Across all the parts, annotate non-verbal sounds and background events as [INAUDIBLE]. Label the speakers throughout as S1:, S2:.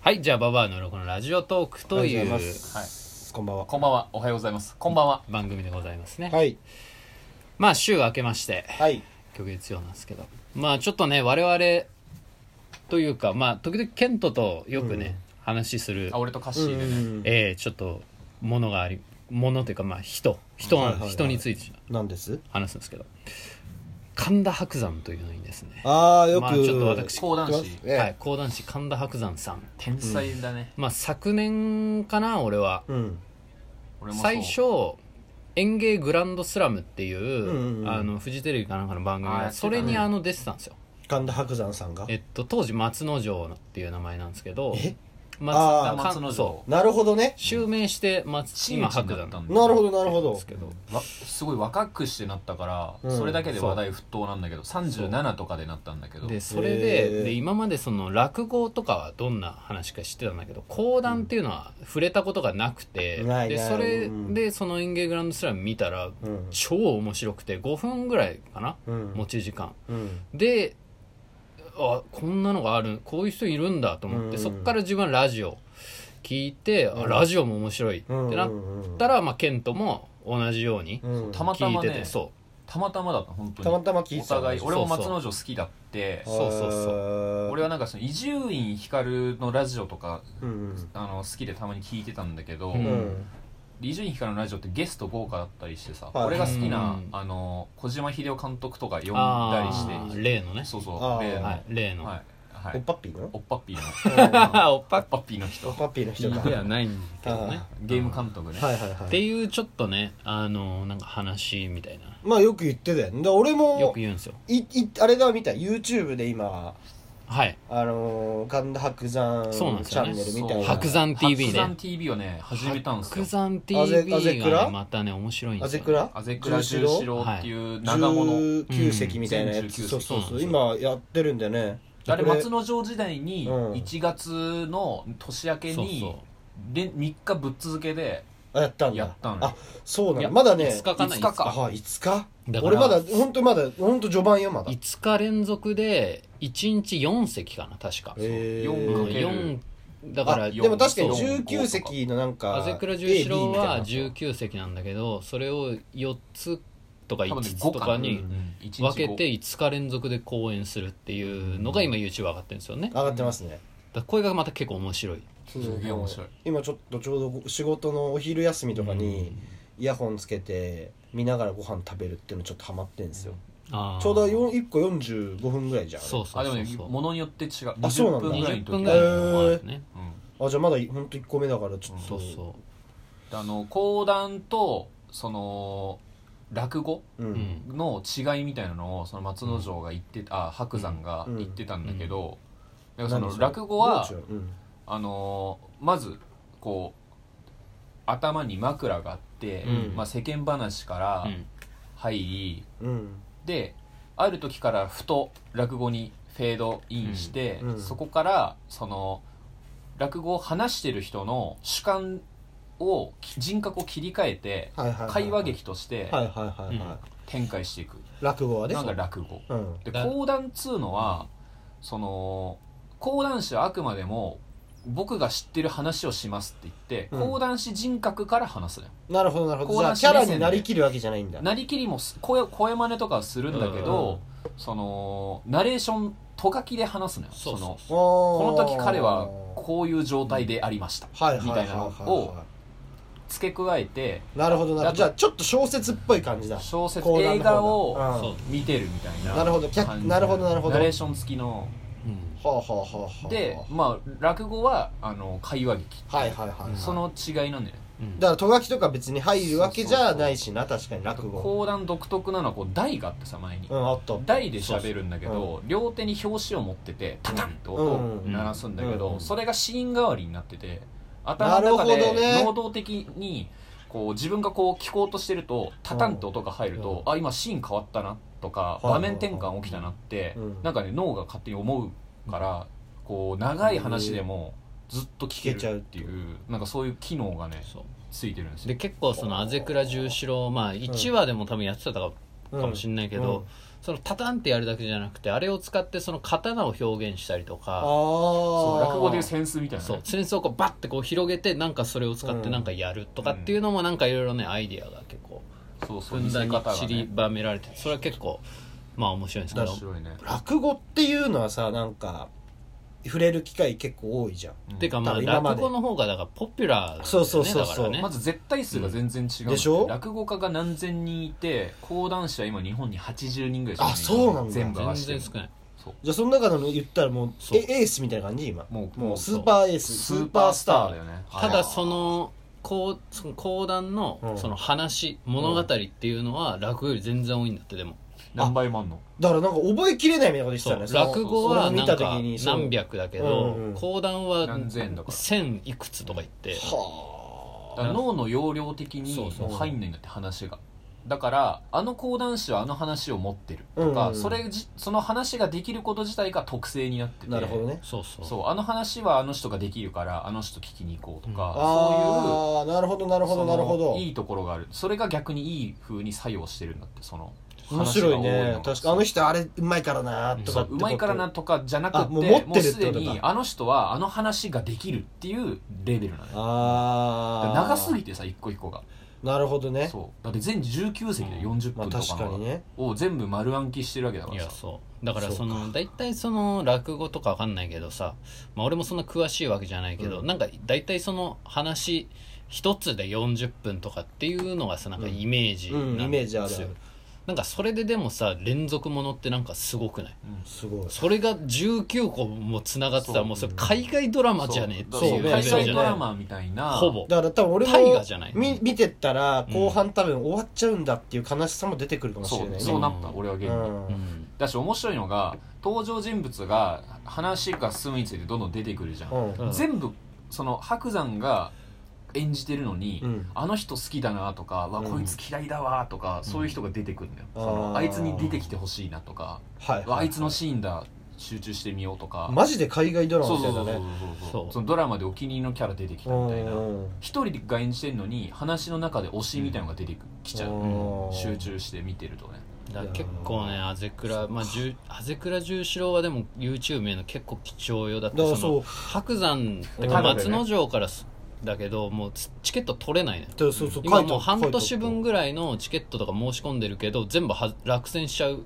S1: はい、じゃあ、ババアの録のラジオトークとい
S2: あり
S1: う
S2: がとうございます。こんばんは。
S3: こんばんは、おはようございます。こんばんは。
S1: 番組でございますね。
S2: はい。
S1: まあ、週明けまして、
S2: はい。
S1: 今日月曜なんですけど。まあ、ちょっとね、我々というか、まあ、時々ケントとよくね、話する
S3: あ、、俺とカッシーでね。
S2: え
S1: えー、ちょっと、ものがあり、ものというか、まあ、人、人
S2: はい
S1: の、
S2: はいはい
S1: 人について
S2: なんです
S1: 話すんですけど、神田伯山というのにですね、
S2: ああ、よく。
S1: まあちょっと私
S3: 講談師。
S2: ええ
S1: はい、講談師神田伯山さん。
S3: 天才だね。
S1: まあ、昨年かな、俺は。
S2: うん。
S3: 俺もそう
S1: 最初園芸グランドスラムっていう,、
S2: うんうん
S1: あのフジテレビかなんかの番組
S3: あーや
S1: が
S3: ってたね
S1: それにあの出てたんですよ、
S2: 神田伯山さんが
S1: え。っと、当時松之丞っていう名前なんですけど
S2: え
S1: 松
S2: あー
S1: か
S3: 松之
S1: そ
S3: 丞
S1: う。
S2: なるほどね。
S1: 襲名して松
S3: 真
S1: 今
S3: 打ちに
S1: 白
S3: な
S1: 山
S3: ったんだ。
S2: なるほど、なるほど
S1: です。けど
S3: わすごい若くしてなったから、
S2: うん
S3: それだけで話題沸騰なんだけど、37とかでなったんだけど。
S1: でそれで,、
S2: へー
S1: で今までその落語とかはどんな話か知ってたんだけど講談っていうのは触れたことがなくて、
S2: うんない
S1: で
S2: ない
S1: それ
S2: うん
S1: でその園芸グランドスラム見たら
S2: うん。
S1: 超面白くて5分ぐらいかな、
S2: うん
S1: 持ち時間
S2: うん。
S1: であこんなのがあるこういう人いるんだと思って、
S2: うん
S1: そっから自分はラジオ聞いて、あラジオも面白いって
S2: うん。
S1: なったら、まあ、ケントも同じように
S2: うん、
S3: た
S2: た
S3: また
S1: 聞い
S3: ま
S1: て
S3: ね
S1: て、、そ
S3: たまたまだった、本当
S2: ま
S3: に。
S2: たま聞い
S3: お
S2: てた
S3: 互い、俺も松
S1: そ
S3: 之丞好きだって、
S1: そうそうそう
S2: う
S3: 俺は、なんかその伊集院光のラジオとか、
S2: うん。
S3: あの、好きでたまに聞いてたんだけど、
S1: う
S2: うんん。
S3: 伊集院光のラジオってゲスト豪華だったりしてさ、
S2: はい
S3: 俺が好き
S1: う
S3: な、
S1: ん
S3: あの小島秀夫監督とか呼
S1: う
S3: んだり
S1: あ
S3: し
S1: ー
S3: て
S1: 例のね、
S3: そうそう
S2: あー
S3: 例の
S1: は、
S3: はい
S1: 例の、
S3: い、は
S2: おっ
S3: い、
S2: ぱっぴーの
S3: [LAUGHS] おっぱっぴー
S1: [LAUGHS]
S3: の
S1: おっ
S3: お
S1: ぱ
S3: っぱっぴーの人
S2: おっぱっぴーの人が。
S1: で
S2: は
S1: はないんだけどね
S2: あ
S3: ゲーム監督ね、
S2: いはいは
S1: って
S2: い。
S1: いうちょっとねあのなんか話みたいな
S2: まあよく言ってたよね。で俺
S1: よ
S2: も
S1: く、言うんですよ
S2: い、い、あれだ、見た。YouTube で今、
S1: はい
S2: あのー、神田伯山チ
S1: そうなんですよ
S2: ャ
S1: ね
S2: ンネルみたいな。
S1: 白山 TV ね
S3: 白山 TV をね始めたんですよ
S1: 白山
S2: あぜ
S1: TV
S2: あぜく
S1: が、
S2: ら
S1: ね、またね面白いんで
S2: あ
S1: す
S2: ぜ
S1: よ、ね、
S2: くら
S3: あぜくら十四郎っていう長物
S2: 19席みたいなやつ、
S3: うん
S2: そうそうそう
S1: 19席
S2: 今やってるんだよね
S3: あれ
S2: こ
S3: 松之丞時代に
S2: うん
S3: 1月の年明け
S1: そう
S3: に
S1: そ
S3: 3日ぶっ続けで
S2: あやったんだ
S3: やったの
S2: あそうなん
S1: い
S2: だ
S1: や
S2: まだね
S1: 5日かな
S3: 5日
S2: あ
S3: か
S2: はい5
S1: だ
S2: 日
S1: から
S2: 俺まだ本当まだ本当序盤よまだ
S1: 5日連続で1日4席かな確か、
S2: へー
S3: 四
S1: う
S3: か
S1: ん
S3: ける
S1: 4だから
S2: あでも確かに
S1: そう
S2: 19席のなんか
S1: あぜくら十四郎
S2: AB みたいな
S1: は19席なんだけどそれを4つとか
S3: 多
S1: 5
S3: 分ね
S1: つ
S3: 5
S1: とか
S2: う
S1: に
S2: ん
S1: 分けて5日連続で公演するっていうのが今 YouTube 上がってるんですよねだか
S2: 上がってますね
S1: らこれがまた結構面白い
S2: す
S3: げえ面白い
S2: 今ちょっとちょうど仕事のお昼休みとかにイヤホンつけて見ながらご飯食べるっていうのちょっとハマってんですよ
S1: あー
S2: ちょうど1個45分ぐらいじゃん
S1: そうそう
S3: あでも
S1: そう
S3: ね
S1: そう
S3: ものによって違う
S2: あそう
S3: 20
S2: なんだ
S3: 分ぐらい
S1: 20
S3: の
S1: 分
S3: 時
S1: ぐらいのもあるね
S3: うん
S2: あじゃあまだ本当1個目だからちょっ
S1: そ
S2: と
S1: うそ
S3: であの講談とその落語
S2: う
S1: ううんん
S3: の違いみたいなのをその松之丞が言ってた、あ白山が言ってたんだけど、だからその落語は
S2: どう違ううん
S3: あのーまずこう頭に枕があって、
S1: うん
S3: まあ、世間話から
S1: うん
S3: 入り、
S2: うん
S3: である時からふと落語にフェードインして、
S2: うんうん
S3: そこからその落語を話してる人の主観を人格を切り替えて
S2: はいはいはいはい
S3: 会話劇として
S2: はいはいはいはい、
S1: うん
S3: 展開していく、
S2: 落語はね
S3: なんか落語
S2: うん
S3: で
S1: だ
S3: 講談っつうのはその講談師はあくまでも僕が知ってる話をしますって言って、
S2: うん
S3: 講談師人格から話すのよ
S2: なるほどなるほど
S3: 講
S2: じゃあ
S3: 談
S2: キャ
S3: 師
S2: ラになりきるわけじゃないんだ
S3: なりきりもす声声真似とかはするんだけど、そのナレーションと書きで話すのよ
S1: そうそう
S3: そのこ
S2: こ
S3: の時彼はこういう状態でありました、
S2: はいはい
S3: み
S2: はい
S3: た
S2: はいい
S3: なのを
S2: は
S3: 付け加えて
S2: いなるほどなるほどじゃあちょっと小説っぽい感じだ
S3: 小説
S2: 講談
S3: 映
S2: の方だ
S3: 画を
S2: うん
S1: そう
S3: 見てるみたいな
S2: なるほど客
S3: 感じ
S2: なるほどなるほど
S3: ナレーション付きの
S1: うん
S2: はあはあはあはあ
S3: でまあ落語はあの会話劇
S2: はいはいはいはい
S3: その違いなんだよね
S1: うん
S2: だからと書きとか別に入るわけじゃないしな確かに落語
S3: 講談独特なのはこう台があってさ前に
S2: うんあった
S3: 台で喋るんだけど両手に表紙を持っててタタンって音を鳴らすんだけ
S2: うんう
S3: ど
S2: ん
S3: それがシーン代わりになってて頭の中
S2: なるほどね
S3: で能動的にこう自分がこう聞こうとしてるとタタンって音が入るとあ今シーン変わったなとか
S2: いはいは
S3: 場
S2: い
S3: 面転換起きたなって
S2: うん
S3: なんかね脳が勝手に思うからこう長い話でもずっと聞け
S2: 聞けちゃう
S3: るっていうなんかそういう機能がね
S1: そう
S3: ついてるんですよ
S1: で結構その「あぜくら十四郎」まあ1話でも多分やってたかかもしれないけど、
S2: うん
S1: そのタタンってやるだけじゃなくてあれを使ってその刀を表現したりと
S2: あ
S1: か
S3: そう
S2: あ
S3: 落語でいう扇子みたいなね
S1: そう扇子をこうバッてこう広げてなんかそれを使ってなんかやるとかっていうのもなんかいろいろねアイディアが結構
S3: そうそ
S1: ふ
S3: うん
S1: だんに
S3: 見せ
S1: 散りばめられてそれは結構まあ面白いんですけ
S3: 面
S1: ど
S3: 白いね
S2: 落語っていうのはさなんか触れる機会結構多いじゃん
S1: てかまあ
S2: 多分今まで
S1: 落語の方がだからポピュラーなんだよね
S2: そうそうそうそう
S1: だからね
S3: まず絶対数が全然違うの、
S2: でしょ
S3: 落語家が何千人いて講談師は今日本に80人ぐらいしかい
S2: あそうなんだ
S3: 全部合わせ
S1: 全
S3: て
S1: 然少ない
S3: そう
S2: じゃあその中の言ったらもう
S1: そう
S2: えエースみたいな感じ今
S3: もう
S2: もう
S3: そ
S2: ス
S3: う
S2: ーパーエース
S3: スーパースターだよね
S1: た
S3: あれ
S1: だそのこうその講談
S2: う
S1: の
S2: ん
S1: その話、物語っていうのは落語より全然多いんだってでも、
S3: 何倍もあんの
S2: だからなんか覚えきれないみたいなこと言って
S1: そ
S2: たよ
S1: う
S2: ね
S1: 落語はなん
S2: それ
S1: か
S2: を見た時にそう
S1: 何百だけど、
S2: うんうん
S1: 講談は
S3: 何千だから
S1: 千いくつとか言って
S2: は
S3: だから脳の容量的に
S1: そうそう
S3: もう入んないんだって話がだからあの講談師はあの話を持ってるとか、
S2: うん
S3: それじその話ができること自体が特性になって
S2: あ
S3: て
S2: なるほどね
S1: そうそう
S3: そうあの話はあの人ができるからあの人聞きに行こうとか、そういう
S2: ああーなるほどなるほどなるほ
S3: そ
S2: ど
S3: のいいところがあるそれが逆にいい風に作用してるんだってその
S2: 面白いね
S3: 話が多のが
S2: 確かあの人あれうまいからなと
S3: そ
S2: か
S3: ううまいからなとかじゃなく
S2: あ
S3: て
S2: も
S3: も
S2: う
S3: う
S2: 持ってるって
S3: すで
S2: こと
S3: に
S2: か
S3: あの人はあの話ができるっていうレベルなのよだから
S2: ああ
S3: 長すぎてさ一個一個が
S2: なるほどね
S3: そうだって全19席で40
S2: まあ
S3: 分と
S2: 確か
S3: かの
S2: にね
S3: を全部丸暗記してるわけだか
S1: い
S3: ら
S1: や
S3: さ
S1: そうだからそ
S2: そう
S1: の
S2: か
S1: 大体その落語とかわかんないけどさ、まあ、俺もそんな詳しいわけじゃないけど、
S2: うん
S1: なんか大体その話一つで40分とかっていうのがさなんか
S2: うん
S1: イメージ
S2: うん
S1: な
S2: イ
S1: ん
S2: メ
S1: で
S2: ー
S1: す
S2: ジ
S1: よ、
S2: あるある
S1: なんかそれででもさ連続ものってなんかすごくない
S2: すごい
S1: それが19個もつながってた
S3: そ
S1: ら
S3: う
S1: もうそれ海外ドラマじゃねえって
S3: そ
S1: いうう
S2: ね
S1: 感
S3: 海
S1: じじゃ
S3: 外ドラ
S1: ない
S3: マみたいな
S1: ほぼ
S2: だから多分俺
S1: 大河
S2: も
S1: じゃない
S2: み見てったら
S1: うん
S2: 後半多分終わっちゃうんだっていう悲しさも出てくるかもし
S3: そ
S2: れな
S3: う
S2: い
S3: そうなった
S1: うん
S3: 俺は現
S2: ね
S3: に
S1: うん
S3: だし面白いのが登場人物が話が進むについてどんどん出てくるじゃん
S2: うん
S1: うん
S3: 全部その白山が演じてるのに、
S2: うん
S3: あの人好きだなとか、わ
S2: うん
S3: こいつ嫌いだわとか、そういう人が出てくるんだよ、
S2: あー
S3: そのあいつに出てきてほしいなとか、
S2: はい
S3: わあいつのシーンだ集中してみようとか、
S2: マジで海外ドラマ
S3: そう
S2: みた
S3: そ
S2: い
S3: うそ
S2: だ
S3: うそう
S2: ね
S3: そう
S1: そう
S3: そのドラマでお気に入りのキャラ出てきたみたいな
S2: うん
S3: 一人が演じてるのに話の中で推しみたいなのが出てくきちゃう、
S2: うん
S3: 集中して見てるとね
S1: だから結構ねあぜくらまあじゅあぜくら十四郎はでも YouTube への結構貴重よだって
S2: だから
S1: その
S2: そう
S1: 白山って
S2: う
S1: か
S2: ん
S1: 松之丞からすだけどもうチケット取れないのよ
S2: そうそうそう
S1: 今もう半年分
S2: ぐ
S1: ぐらいのチケットとか申し込んでるけど全部は落選しちゃう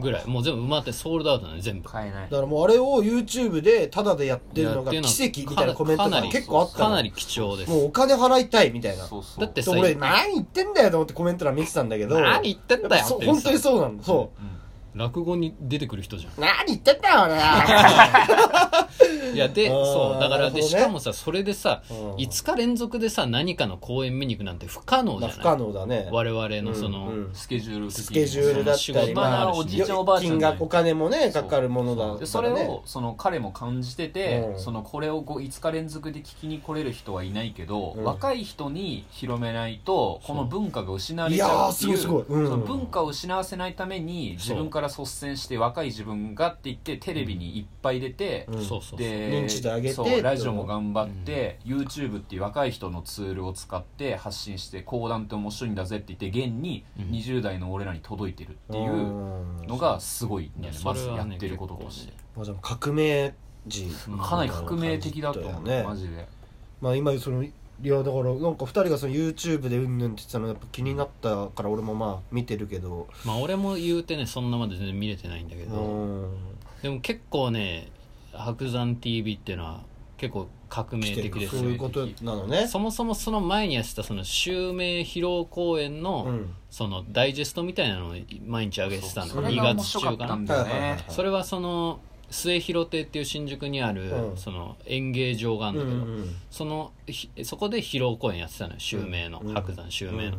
S1: ぐらいもう全部埋まってソールドアウトなのよ全部
S3: 買えない
S2: だからもうあれを YouTube でタダでやってるのが
S1: や
S2: 奇
S1: って
S2: 跡みたいなコメント
S1: かな
S2: が
S1: り
S2: 結構あったの
S1: かなり貴重です
S2: もうお金払いたいみたいな
S3: そうそう
S1: だって
S2: で俺何言ってんだよと思ってコメント欄見てたんだけど
S1: 何言ってんだよ
S2: そう
S1: って
S2: 本当にそうなんだそ
S3: うん
S1: 落語に出てくる人じゃん
S2: う何言ってんだよ
S1: いやで
S2: あー
S1: そうだから
S2: なるほ
S1: で
S2: どね
S1: しかもさそれでさ
S2: 俺
S1: 5日連続でさ何かの公演見に行くなんて不可能じゃ
S2: まあ
S1: ない
S2: 不可能だね
S1: 我々のその、
S2: うんうん
S3: スケジュール的に
S2: スケジュールだった
S1: そ
S2: り
S1: う
S2: まあ
S1: 仕事もあるしね
S2: おじいちゃんおばあちゃん金額お金もねかかるものだからね
S3: でそれをその彼も感じてて、
S2: うん
S3: そのこれをこう5日連続で聞きに来れる人はいないけど、
S2: うん
S3: 若い人に広めないとこの文化が失われ
S2: い
S3: ち
S2: や
S3: ゃ
S2: ー
S3: うって
S2: す
S3: い
S2: ご
S3: う
S2: いすごいうん
S3: その文化を失わせないために自分から率先して若い自分がって言ってテレビにいっぱい出て、
S2: うん
S1: そうそうそう
S3: で
S2: 認知度上げて
S3: そうラジオも頑張って、YouTube っていう若い人のツールを使って発信して講談って面白いんだぜって言って現に
S1: うん
S3: 20代の俺らに届いてるっていう。
S2: うん
S3: のがすごいんだよね
S1: いや
S3: ま
S1: そ
S3: ず
S1: れは
S3: や
S1: ね
S3: ってることがし
S2: まあでも革命人
S3: かなり革命的だと思う、
S2: ね
S3: マジで
S2: まあ今そのいやだからなんか2人がその YouTube でうんぬんって言ってたのやっぱ気になったから俺もまあ見てるけど
S1: まあ俺も言うてねそんなまで全然見れてないんだけ
S2: う
S1: ど、
S2: ん
S1: でも結構ね白山 TV っていうのは結構革命
S2: 来て
S1: 的で
S2: る
S1: す
S2: そう
S1: よ
S2: いう
S1: ね
S2: ことなのね
S1: そもそもその前にやってたその襲名披露公演の、
S2: うん
S1: そのダイジェストみたいなのを毎日上げてたの
S3: そうそれ
S1: 2
S3: が面
S1: 月
S3: 白か
S1: 中か
S3: った
S1: なん
S3: だよね
S1: それはその末広亭っていう新宿にある、
S2: うん
S1: その演芸場があ
S2: う
S1: るんだけど、
S2: ん
S1: そのひそこで披露公演やってたのよ襲名の、
S2: うん
S1: 白山襲名の、
S2: うん
S1: だか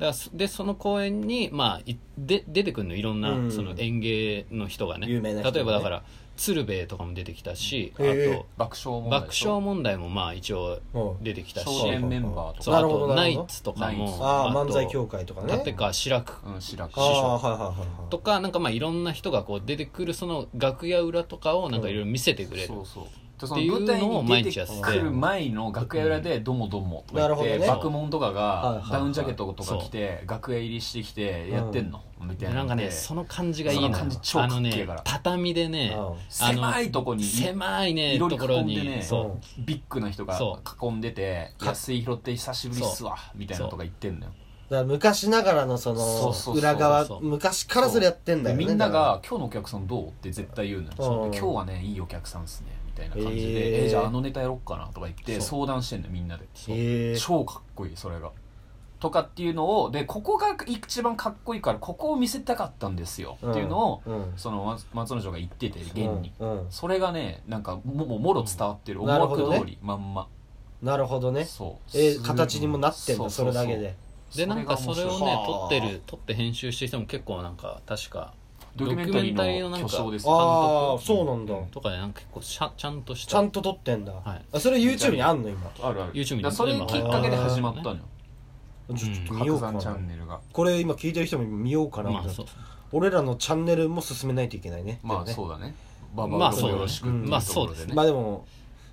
S1: らそでその公演に、まあ、いで出てくるのいろんな、
S2: うん
S1: その演芸の人がね
S2: 有名な人ね
S1: 例えばだから鶴瓶とかも出てきたし、
S2: へえ
S3: 爆笑問題
S1: 爆笑問題もまあ一応
S2: うん
S1: 出てきたし
S3: 少
S2: そう
S3: 年メンバーと
S1: そうあ
S2: な
S3: か
S2: るほど
S1: と
S2: な
S1: ナ
S2: るほど
S1: イツとかも
S3: ナイツ
S2: ああ
S1: と
S2: 漫才協会とかね
S1: 立川志らく
S3: うん白く
S2: ああはいはいはいはい
S1: とかなんかまあいろんな人がこう出てくるその楽屋裏とかをなんかいろいろ見せてくれる
S3: そうそうでその舞台に出て
S1: っていうのを
S3: く
S1: 毎日やって
S3: る前の楽屋裏で「どうもどうも」とか言
S2: な
S3: っ
S2: る
S3: て、
S2: ほどね
S3: 爆問とか
S2: はいはいは
S3: が
S2: い
S3: ダウンジャケットとか着て楽屋入りしてきて「やってんの?」みたいな
S1: なんかね
S3: そ
S1: その感じがいいのよ
S2: その感
S3: じ超
S1: あ
S3: か
S1: の
S3: っけえ
S1: ね
S3: から
S1: 畳でねあの
S3: 狭いとこに
S1: 狭いね
S3: いろ
S1: と
S3: り囲んでね
S1: ころにそう
S3: ビッグな人が
S1: そ
S3: 囲んでて「
S2: か
S3: 安い拾って久しぶりっすわ」みたいなのとか言ってんのよ
S2: だから昔ながらのそ
S3: そうそうそう
S2: の裏側
S1: そう
S2: 昔からそれやってんだ
S3: で
S2: よね
S3: みんな
S2: だか
S3: が「今日のお客さんどう?」って絶対言うのよ
S2: うん
S3: そう「今日はねいいお客さんっすね」みたいな感じで「
S2: へえ
S3: えじゃああのネタやろっかな」とか言って
S1: そ
S3: 相談してんのよみんなで
S2: らへえ
S3: 超かっこいいそれがとかっていうのをでここが一番かっこいいからここを見せたかったんですよっていうのを、
S2: うん
S3: その松松之丞が言ってて現に、
S2: うんうん
S3: それがねなんかももうもろ伝わってる
S2: うん
S3: 思惑
S2: なる
S3: 通
S2: ほど
S3: り、まんま
S2: なるほどね
S3: そう
S2: え
S3: す
S2: ー形にもなってんだそれだけで
S1: でなんかそれを
S3: そ
S2: 面
S1: ね
S2: 白い
S1: 撮ってる
S2: は
S1: 撮って編集してる人も結構なんか確か
S3: ドキュメンタリーの巨匠です
S2: ああそうなんだ
S1: とかでなんか結構しゃちゃんとし
S2: ちゃ
S1: た
S2: んと撮ってんだ
S1: はい
S2: あそれ YouTube にあんの今
S3: あるある
S1: YouTube に
S3: だからそれきっかけで始まったのよ
S2: ちょ
S1: うん
S2: ちょっと見よ
S3: 白
S2: うか
S3: 山チャ
S2: な
S3: ンネルが
S2: これ今聞いてる人も見ようかな
S1: まあ
S2: と
S1: そう
S2: 俺らのチャンネルも進めないといけないね
S3: まあ
S2: でも
S3: そうだねバ
S1: ま
S3: バ
S1: あ
S3: ア
S1: そう
S3: よろしく
S2: うんまあ
S1: そうです
S2: ねまあでも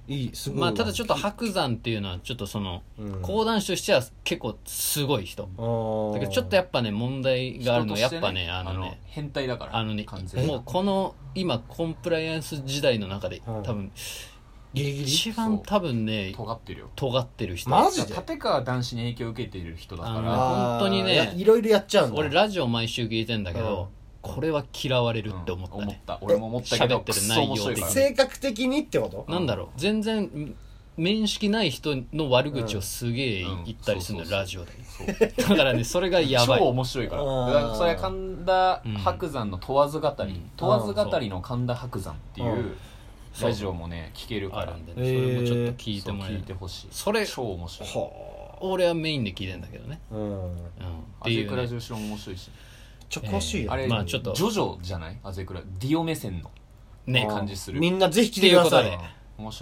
S2: いいすごい
S1: まあただちょっ
S2: っ
S1: と白山っていうのはちょっとその
S2: うん
S1: 講談師としては結構すごい人
S2: と
S1: だけどちょっとやっぱね問題があるのはやっぱねあのね
S3: 変態だから
S1: あのね
S3: 完全に
S1: もうこの今コンプライアンス時代の中で
S2: うん
S1: 多分
S2: ギリギリ
S1: 一番多分ね
S3: 尖ってるよ
S1: 尖ってる人
S2: マジで
S3: 立川男子に影響を受けている人だか
S1: あの
S3: ら
S2: あー
S1: 本当にね
S2: やいろいろやっちゃうんだ
S1: 俺ラジオ毎週聞いてんだけどこれは嫌われるって思っ
S3: うん
S1: たね
S3: 俺も思ったけ
S1: 喋
S3: ど
S1: ってる
S3: クソ面白いか
S1: 内容
S3: ら
S1: 的
S2: 性格的にってこと
S1: なんだろう全然面識ない人の悪口をすげえ言ったりするの
S3: う
S1: よ
S3: んうん
S1: ラジオで
S3: そう
S1: だからねそれがやば
S3: 超
S1: い
S3: 面白いから
S2: うん
S3: だからそれは神田伯山の問わず語り、
S1: うん
S3: 問わず語りの神田伯山っていううんラジオもね聞けるか
S1: あ
S3: ら
S1: るんで
S2: へ
S1: ねそ
S2: ー
S1: れもちょっと聞いて
S3: そう
S1: もらえ
S3: 聞いて
S1: る
S3: ほしい
S1: それ
S3: 超面白い
S2: は
S1: 俺はメインで聞いてんだけどね
S2: あうん
S1: うん
S3: アゼクラ
S1: ね
S3: ジオシロも面白いし
S2: ちょ詳しい
S1: えー
S2: よ
S3: あれ、
S1: まあちょっ
S3: ジ
S1: と
S3: ョジョじゃないアゼクラディオ目線の
S1: ね
S3: 感じする
S2: みんなぜひ聞い
S1: という
S2: てくだ
S1: こと
S2: さ
S1: で
S2: い
S3: 面白い